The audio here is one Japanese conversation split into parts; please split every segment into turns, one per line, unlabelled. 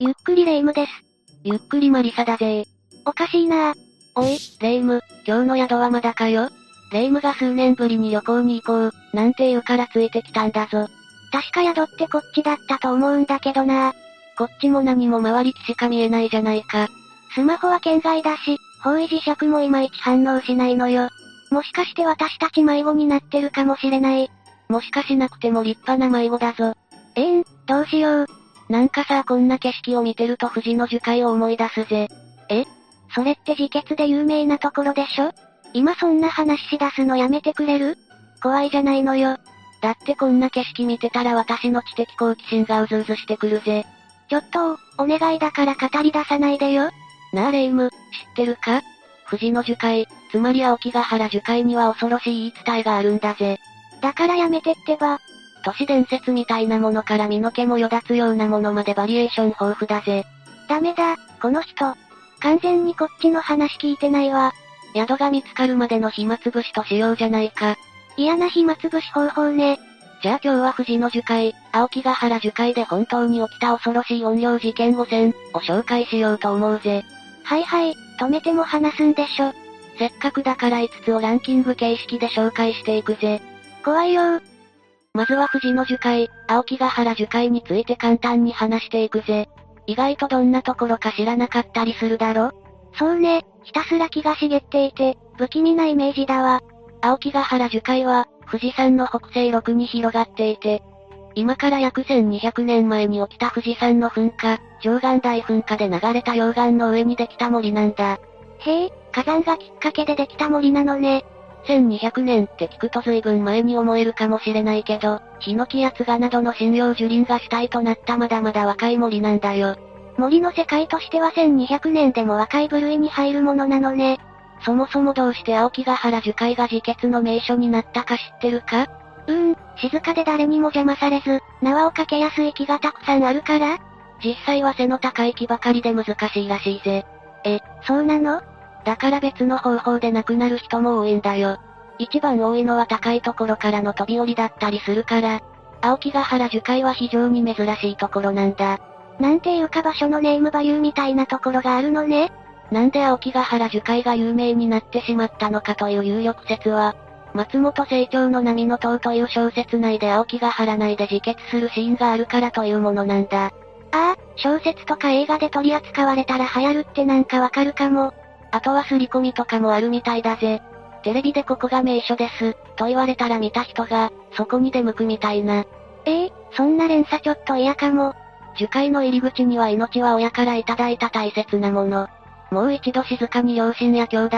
ゆっくりレ夢ムです。
ゆっくりマリサだぜ
おかしいなぁ。
おい、レ夢ム、今日の宿はまだかよレ夢ムが数年ぶりに旅行に行こう、なんて言うからついてきたんだぞ。
確か宿ってこっちだったと思うんだけどなぁ。
こっちも何も周りきしか見えないじゃないか。
スマホは県外だし、方位磁石もいまいち反応しないのよ。もしかして私たち迷子になってるかもしれない。
もしかしなくても立派な迷子だぞ。
えーん、どうしよう。
なんかさ、こんな景色を見てると富士の樹海を思い出すぜ。
それって自決で有名なところでしょ今そんな話し出すのやめてくれる怖いじゃないのよ。
だってこんな景色見てたら私の知的好奇心がうずうずしてくるぜ。
ちょっと、お願いだから語り出さないでよ。
なあレイム、知ってるか富士の樹海、つまり青木ヶ原樹海には恐ろしい言い伝えがあるんだぜ。
だからやめてってば。
都市伝説みたいなものから身の毛もよだつようなものまでバリエーション豊富だぜ。
ダメだ、この人。完全にこっちの話聞いてないわ。
宿が見つかるまでの暇つぶしとしようじゃないか。
嫌な暇つぶし方法ね。
じゃあ今日は富士の樹海、青木ヶ原樹海で本当に起きた恐ろしい怨霊事件5000を紹介しようと思うぜ。
はいはい、止めても話すんでしょ。
せっかくだから5つをランキング形式で紹介していくぜ。
怖いよー。
まずは富士の樹海、青木ヶ原樹海について簡単に話していくぜ。意外とどんなところか知らなかったりするだろ
そうね、ひたすら木が茂っていて、不気味なイメージだわ。
青木ヶ原樹海は、富士山の北西麓に広がっていて、今から約1200年前に起きた富士山の噴火、上岸大噴火で流れた溶岩の上にできた森なんだ。
へえ、火山がきっかけでできた森なのね。
1200年って聞くと随分前に思えるかもしれないけど、ヒノキやツガなどの針葉樹林が主体となったまだまだ若い森なんだよ。
森の世界としては1200年でも若い部類に入るものなのね。
そもそもどうして青木ヶ原樹海が自決の名所になったか知ってるか
うーん、静かで誰にも邪魔されず、縄をかけやすい木がたくさんあるから
実際は背の高い木ばかりで難しいらしいぜ。
え、そうなの
だから別の方法で亡くなる人も多いんだよ。一番多いのは高いところからの飛び降りだったりするから、青木ヶ原樹海は非常に珍しいところなんだ。
なんていうか場所のネームバリューみたいなところがあるのね。
なんで青木ヶ原樹海が有名になってしまったのかという有力説は、松本清張の波の塔という小説内で青木ヶ原内で自決するシーンがあるからというものなんだ。
ああ、小説とか映画で取り扱われたら流行るってなんかわかるかも。
あとは刷り込みとかもあるみたいだぜ。テレビでここが名所です、と言われたら見た人が、そこに出向くみたいな。
ええそんな連鎖ちょっと嫌かも。
樹海の入り口には命は親からいただいた大切なもの。もう一度静かに両親や兄弟、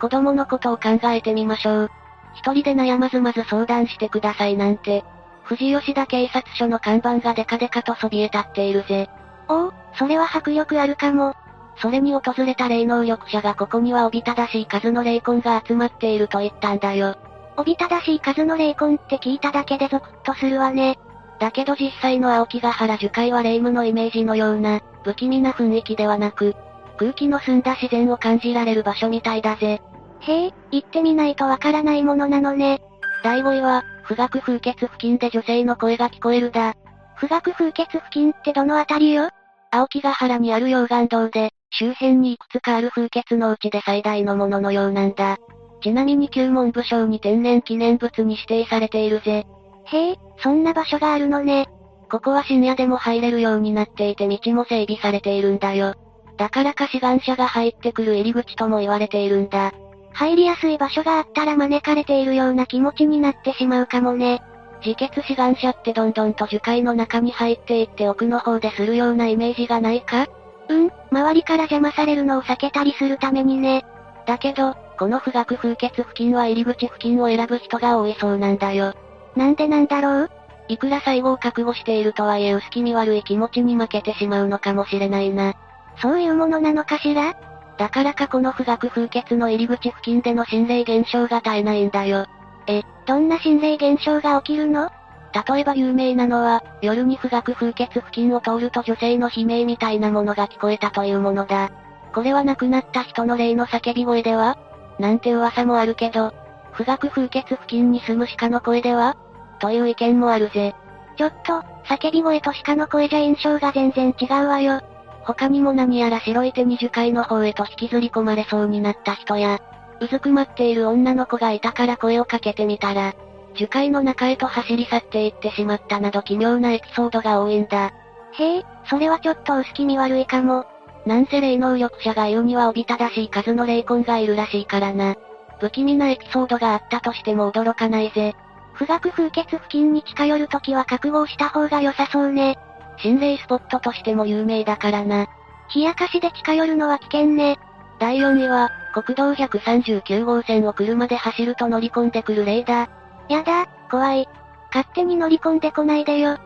子供のことを考えてみましょう。一人で悩まずまず相談してくださいなんて。富士吉田警察署の看板がデカデカとそびえ立っているぜ。
おお、それは迫力あるかも。
それに訪れた霊能力者がここにはおびただしい数の霊魂が集まっていると言ったんだよ。
おびただしい数の霊魂って聞いただけでゾクッとするわね。
だけど実際の青木ヶ原樹海は霊夢のイメージのような、不気味な雰囲気ではなく、空気の澄んだ自然を感じられる場所みたいだぜ。
へえ、行ってみないとわからないものなのね。
第5位は、富岳風穴付近で女性の声が聞こえるだ。
富岳風穴付近ってどのあたりよ
青木ヶ原にある溶岩洞で、周辺にいくつかある風穴のうちで最大のもののようなんだ。ちなみに旧文部省に天然記念物に指定されているぜ。
へえ、そんな場所があるのね。
ここは深夜でも入れるようになっていて道も整備されているんだよ。だからか志願者が入ってくる入り口とも言われているんだ。
入りやすい場所があったら招かれているような気持ちになってしまうかもね。
自決志願者ってどんどんと樹海の中に入っていって奥の方でするようなイメージがないか
うん、周りから邪魔されるのを避けたりするためにね。
だけど、この富岳風穴付近は入り口付近を選ぶ人が多いそうなんだよ。
なんでなんだろう
いくら最後を覚悟しているとはいえ薄気味悪い気持ちに負けてしまうのかもしれないな。
そういうものなのかしら
だからかこの富岳風穴の入り口付近での心霊現象が絶えないんだよ。
どんな心霊現象が起きるの
例えば有名なのは、夜に富岳風穴付近を通ると女性の悲鳴みたいなものが聞こえたというものだ。これは亡くなった人の霊の叫び声ではなんて噂もあるけど、富岳風穴付近に住む鹿の声ではという意見もあるぜ。
ちょっと、叫び声と鹿の声じゃ印象が全然違うわよ。
他にも何やら白い手に樹海の方へと引きずり込まれそうになった人や、うずくまっている女の子がいたから声をかけてみたら、樹海の中へと走り去っていってしまったなど奇妙なエピソードが多いんだ。
へえ、それはちょっと薄気味悪いかも。
なんせ霊能力者が言うにはおびただしい数の霊魂がいるらしいからな。不気味なエピソードがあったとしても驚かないぜ。
富岳風穴付近に近寄るときは覚悟した方が良さそうね。
心霊スポットとしても有名だからな。
冷やかしで近寄るのは危険ね。
第4位は、国道139号線を車で走ると乗り込んでくる霊だ。
やだ、怖い。勝手に乗り込んでこないでよ。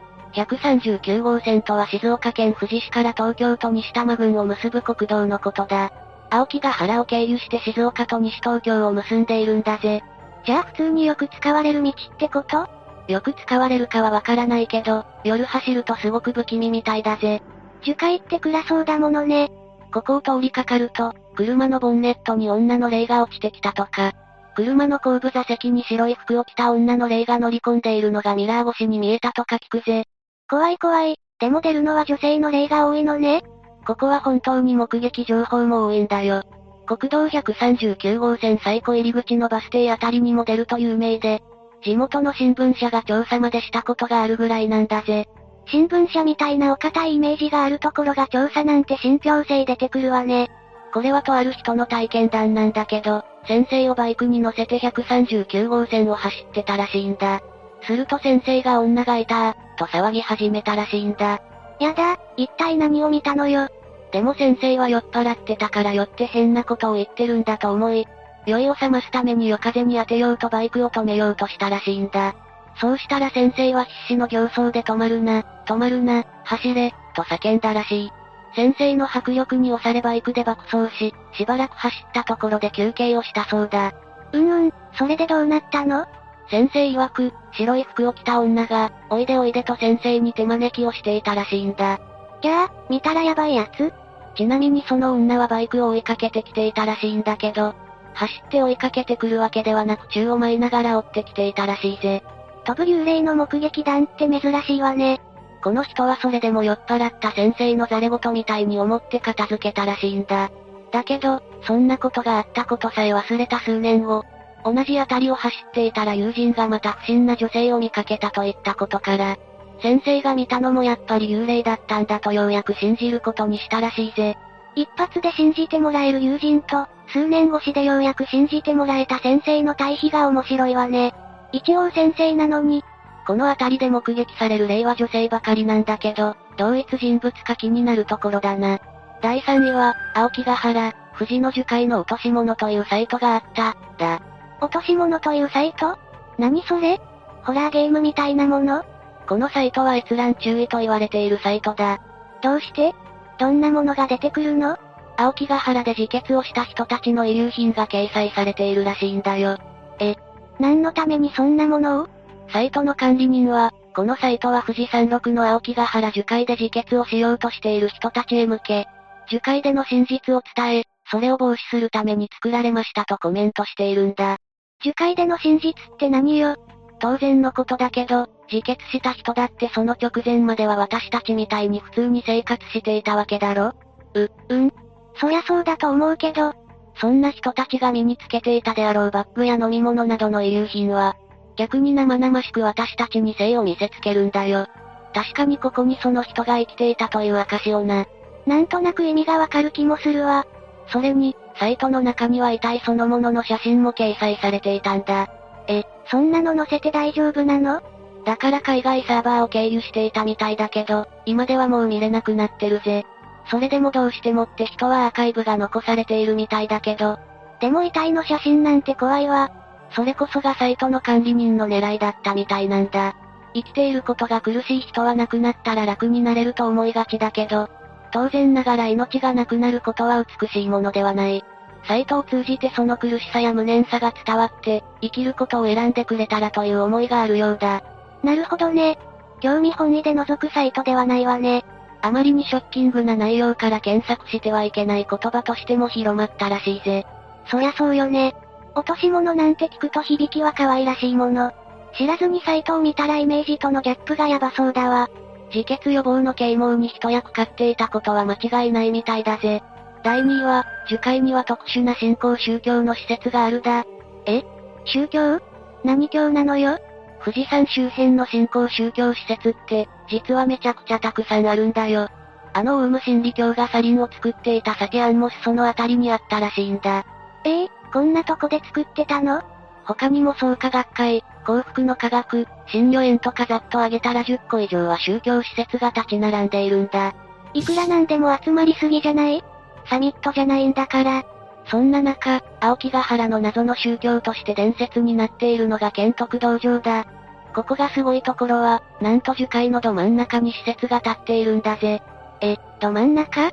139号線とは静岡県富士市から東京都西多摩郡を結ぶ国道のことだ。青木が原を経由して静岡と西東京を結んでいるんだぜ。
じゃあ普通によく使われる道ってこと
よく使われるかはわからないけど、夜走るとすごく不気味みたいだぜ。
樹海って暗そうだものね。
ここを通りかかると、車のボンネットに女の霊が落ちてきたとか、車の後部座席に白い服を着た女の霊が乗り込んでいるのがミラー越しに見えたとか聞くぜ。
怖い怖い。でも出るのは女性の霊が多いのね。
ここは本当に目撃情報も多いんだよ。国道139号線最古入り口のバス停あたりにも出ると有名で、地元の新聞社が調査までしたことがあるぐらいなんだぜ。
新聞社みたいなお堅いイメージがあるところが調査なんて信憑性出てくるわね。
これはとある人の体験談なんだけど、先生をバイクに乗せて139号線を走ってたらしいんだ。すると先生が女がいたと騒ぎ始めたらしいんだ。
やだ、一体何を見たのよ。
でも先生は酔っ払ってたから酔って変なことを言ってるんだと思い、酔いを覚ますために夜風に当てようとバイクを止めようとしたらしいんだ。そうしたら先生は必死の形相で止まるな、止まるな、走れ、と叫んだらしい。先生の迫力に押されバイクで爆走し、しばらく走ったところで休憩をしたそうだ。
うんうん、それでどうなったの
先生曰く、白い服を着た女が、おいでおいでと先生に手招きをしていたらしいんだ。
ぎゃあ、見たらやばいやつ
ちなみにその女はバイクを追いかけてきていたらしいんだけど、走って追いかけてくるわけではなく宙を舞いながら追ってきていたらしいぜ。
飛ぶ幽霊の目撃談って珍しいわね。
この人はそれでも酔っ払った先生のザレ言みたいに思って片付けたらしいんだ。だけど、そんなことがあったことさえ忘れた数年後、同じあたりを走っていたら友人がまた不審な女性を見かけたといったことから、先生が見たのもやっぱり幽霊だったんだとようやく信じることにしたらしいぜ。
一発で信じてもらえる友人と、数年越しでようやく信じてもらえた先生の対比が面白いわね。一応先生なのに、
この辺りで目撃される霊は女性ばかりなんだけど、同一人物か気になるところだな。第3位は、青木ヶ原、富士の樹海の落とし物というサイトがあった、だ。
落とし物というサイト何それホラーゲームみたいなもの
このサイトは閲覧注意と言われているサイトだ。
どうしてどんなものが出てくるの
青木ヶ原で自決をした人たちの遺留品が掲載されているらしいんだよ。
え、何のためにそんなものを
サイトの管理人は、このサイトは富士山麓の青木ヶ原樹海で自決をしようとしている人たちへ向け、樹海での真実を伝え、それを防止するために作られましたとコメントしているんだ。
樹海での真実って何よ
当然のことだけど、自決した人だってその直前までは私たちみたいに普通に生活していたわけだろ
う、うん。そりゃそうだと思うけど、
そんな人たちが身につけていたであろうバッグや飲み物などの遺留品は、逆に生々しく私たちに性を見せつけるんだよ。確かにここにその人が生きていたという証をな。
なんとなく意味がわかる気もするわ。
それに、サイトの中には遺体そのものの写真も掲載されていたんだ。
え、そんなの載せて大丈夫なの
だから海外サーバーを経由していたみたいだけど、今ではもう見れなくなってるぜ。それでもどうしてもって人はアーカイブが残されているみたいだけど。
でも遺体の写真なんて怖いわ。
それこそがサイトの管理人の狙いだったみたいなんだ。生きていることが苦しい人は亡くなったら楽になれると思いがちだけど、当然ながら命がなくなることは美しいものではない。サイトを通じてその苦しさや無念さが伝わって、生きることを選んでくれたらという思いがあるようだ。
なるほどね。興味本位で覗くサイトではないわね。
あまりにショッキングな内容から検索してはいけない言葉としても広まったらしいぜ。
そりゃそうよね。落とし物なんて聞くと響きは可愛らしいもの。知らずにサイトを見たらイメージとのギャップがヤバそうだわ。
自決予防の啓蒙に一役買っていたことは間違いないみたいだぜ。第2位は、樹海には特殊な信仰宗教の施設があるだ。
え宗教何教なのよ
富士山周辺の信仰宗教施設って、実はめちゃくちゃたくさんあるんだよ。あのオウム真理教がサリンを作っていたサケアンもそのあたりにあったらしいんだ。
ええー、こんなとこで作ってたの
他にも創価学会、幸福の科学、新旅園とかざっと挙げたら10個以上は宗教施設が立ち並んでいるんだ。
いくらなんでも集まりすぎじゃないサミットじゃないんだから。
そんな中、青木ヶ原の謎の宗教として伝説になっているのが建徳道場だ。ここがすごいところは、なんと樹海のど真ん中に施設が建っているんだぜ。
え、ど真ん中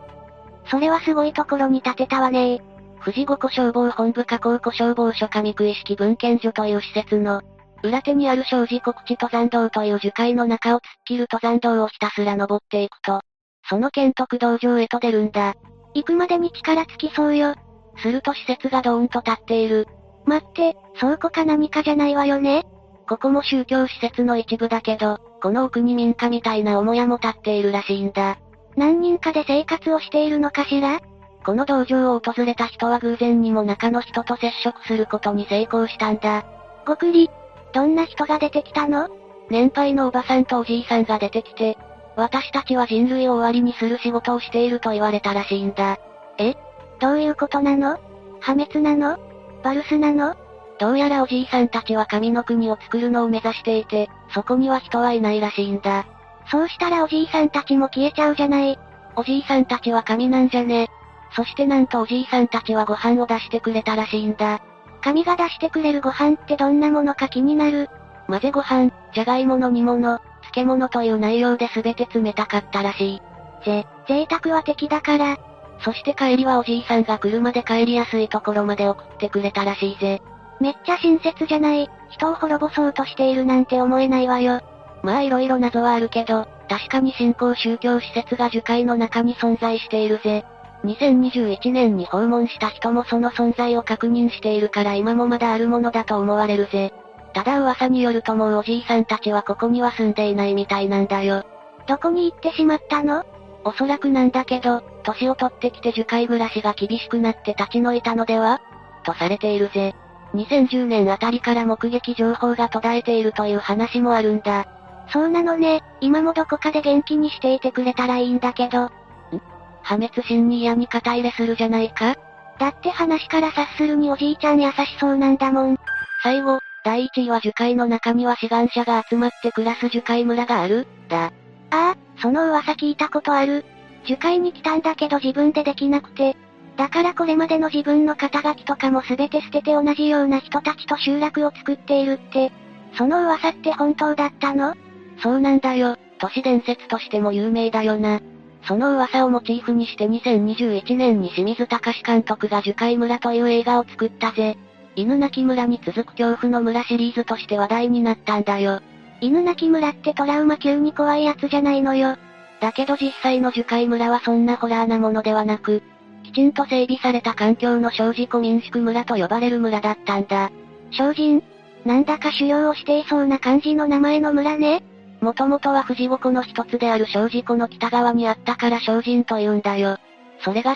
それはすごいところに建てたわねー。
富士五湖消防本部加工湖消防署上区意識文献所という施設の、裏手にある正直国地登山道という樹海の中を突っ切る登山道をひたすら登っていくと、その県徳道場へと出るんだ。
行くまでに力尽きそうよ。
すると施設がドーンと立っている。
待って、倉庫か何かじゃないわよね
ここも宗教施設の一部だけど、この奥に民家みたいな母屋も建っているらしいんだ。
何人かで生活をしているのかしら
この道場を訪れた人は偶然にも中の人と接触することに成功したんだ。
ごくり、どんな人が出てきたの
年配のおばさんとおじいさんが出てきて、私たちは人類を終わりにする仕事をしていると言われたらしいんだ。
えどういうことなの破滅なのバルスなの
どうやらおじいさんたちは神の国を作るのを目指していて、そこには人はいないらしいんだ。
そうしたらおじいさんたちも消えちゃうじゃない。
おじいさんたちは神なんじゃね。そしてなんとおじいさんたちはご飯を出してくれたらしいんだ。
神が出してくれるご飯ってどんなものか気になる。
混ぜご飯、じゃがいもの煮物、漬物という内容で全て冷たかったらし
い。ぜ、贅沢は敵だから。
そして帰りはおじいさんが車で帰りやすいところまで送ってくれたらしいぜ。
めっちゃ親切じゃない、人を滅ぼそうとしているなんて思えないわよ。
まあいろいろ謎はあるけど、確かに新興宗教施設が樹海の中に存在しているぜ。2021年に訪問した人もその存在を確認しているから今もまだあるものだと思われるぜ。ただ噂によるともうおじいさんたちはここには住んでいないみたいなんだよ。
どこに行ってしまったの
おそらくなんだけど、年を取ってきて樹海暮らしが厳しくなって立ち退いたのではとされているぜ。2010年あたりから目撃情報が途絶えているという話もあるんだ。
そうなのね、今もどこかで元気にしていてくれたらいいんだけど。ん
破滅心に嫌に肩入れするじゃないか
だって話から察するにおじいちゃん優しそうなんだもん。
最後、第1位は樹海の中には志願者が集まって暮らす樹海村がある、だ。
ああ、その噂聞いたことある。樹海に来たんだけど自分でできなくて。だからこれまでの自分の肩書きとかも全て捨てて同じような人たちと集落を作っているって。その噂って本当だったの
そうなんだよ。都市伝説としても有名だよな。その噂をモチーフにして2021年に清水隆監督が樹海村という映画を作ったぜ。犬鳴村に続く恐怖の村シリーズとして話題になったんだよ。
犬鳴村ってトラウマ級に怖いやつじゃないのよ。
だけど実際の樹海村はそんなホラーなものではなく、きちんと整備された環境の小事故民宿村と呼ばれる村だったんだ。
精進なんだか狩猟をしていそうな感じの名前の村ね。
もともとは富士五湖の一つである小事湖の北側にあったから小人と言うんだよ。それが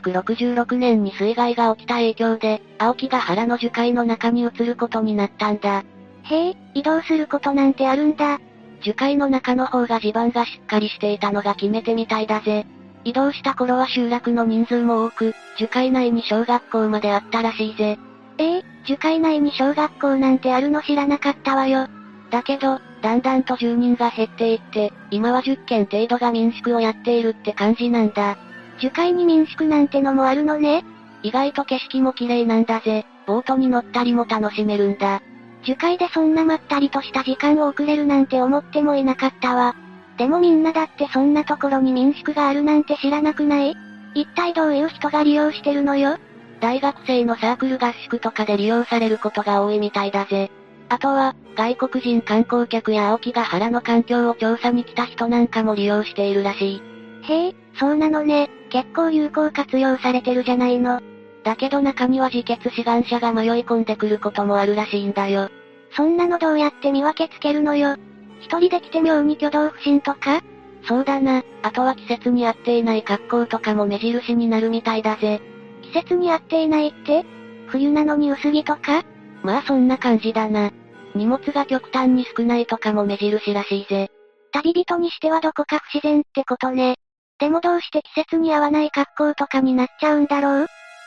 1966年に水害が起きた影響で、青木が原の樹海の中に移ることになったんだ。
へえ、移動することなんてあるんだ。
樹海の中の方が地盤がしっかりしていたのが決め手みたいだぜ。移動した頃は集落の人数も多く、樹海内に小学校まであったらしいぜ。
ええ、樹海内に小学校なんてあるの知らなかったわよ。
だけど、だんだんと住人が減っていって、今は10件程度が民宿をやっているって感じなんだ。
樹海に民宿なんてのもあるのね。
意外と景色も綺麗なんだぜ。ボートに乗ったりも楽しめるんだ。
樹海でそんなまったりとした時間を送れるなんて思ってもいなかったわ。でもみんなだってそんなところに民宿があるなんて知らなくない一体どういう人が利用してるのよ
大学生のサークル合宿とかで利用されることが多いみたいだぜ。あとは、外国人観光客や青木が原の環境を調査に来た人なんかも利用しているらしい。
へえ、そうなのね。結構有効活用されてるじゃないの。
だけど中には自決志願者が迷い込んでくることもあるらしいんだよ。
そんなのどうやって見分けつけるのよ。一人で来て妙に挙動不審とか
そうだな、あとは季節に合っていない格好とかも目印になるみたいだぜ。
季節に合っていないって冬なのに薄着とか
まあそんな感じだな。荷物が極端に少ないとかも目印らしいぜ。
旅人にしてはどこか不自然ってことね。でもどうして季節に合わない格好とかになっちゃうんだろう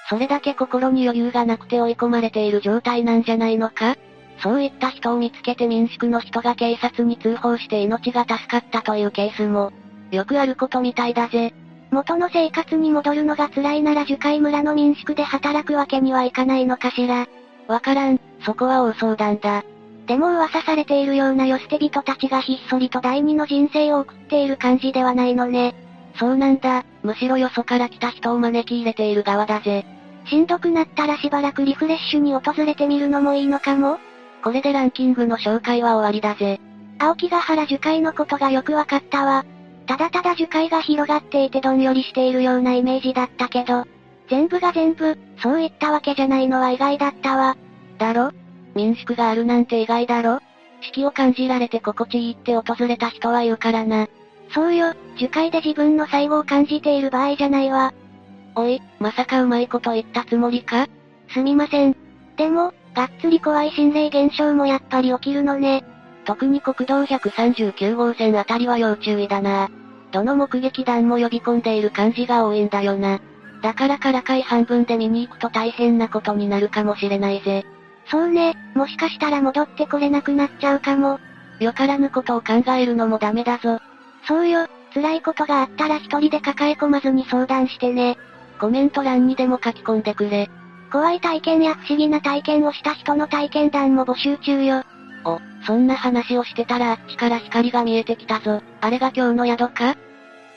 それだけ心に余裕がなくて追い込まれている状態なんじゃないのかそういった人を見つけて民宿の人が警察に通報して命が助かったというケースも、よくあることみたいだぜ。
元の生活に戻るのが辛いなら樹海村の民宿で働くわけにはいかないのかしら。
わからん、そこは大相談だ。
でも噂されているような世捨て人たちがひっそりと第二の人生を送っている感じではないのね。
そうなんだ、むしろよそから来た人を招き入れている側だぜ。
しんどくなったらしばらくリフレッシュに訪れてみるのもいいのかも
これでランキングの紹介は終わりだぜ。
青木ヶ原樹海のことがよくわかったわ。ただただ樹海が広がっていてどんよりしているようなイメージだったけど、全部が全部、そういったわけじゃないのは意外だったわ。
だろ民宿があるなんて意外だろ四季を感じられて心地いいって訪れた人は言うからな。
そうよ、樹海で自分の最後を感じている場合じゃないわ。
おい、まさかうまいこと言ったつもりか
すみません。でも、がっつり怖い心霊現象もやっぱり起きるのね。
特に国道139号線あたりは要注意だな。どの目撃談も呼び込んでいる感じが多いんだよな。だからからかい半分で見に行くと大変なことになるかもしれないぜ。
そうね、もしかしたら戻ってこれなくなっちゃうかも。
よからぬことを考えるのもダメだぞ。
そうよ、辛いことがあったら一人で抱え込まずに相談してね。
コメント欄にでも書き込んでくれ。
怖い体験や不思議な体験をした人の体験談も募集中よ。
お、そんな話をしてたらあっちから光が見えてきたぞ。あれが今日の宿か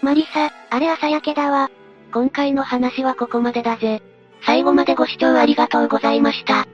マリサ、あれ朝焼けだわ。
今回の話はここまでだぜ。
最後までご視聴ありがとうございました。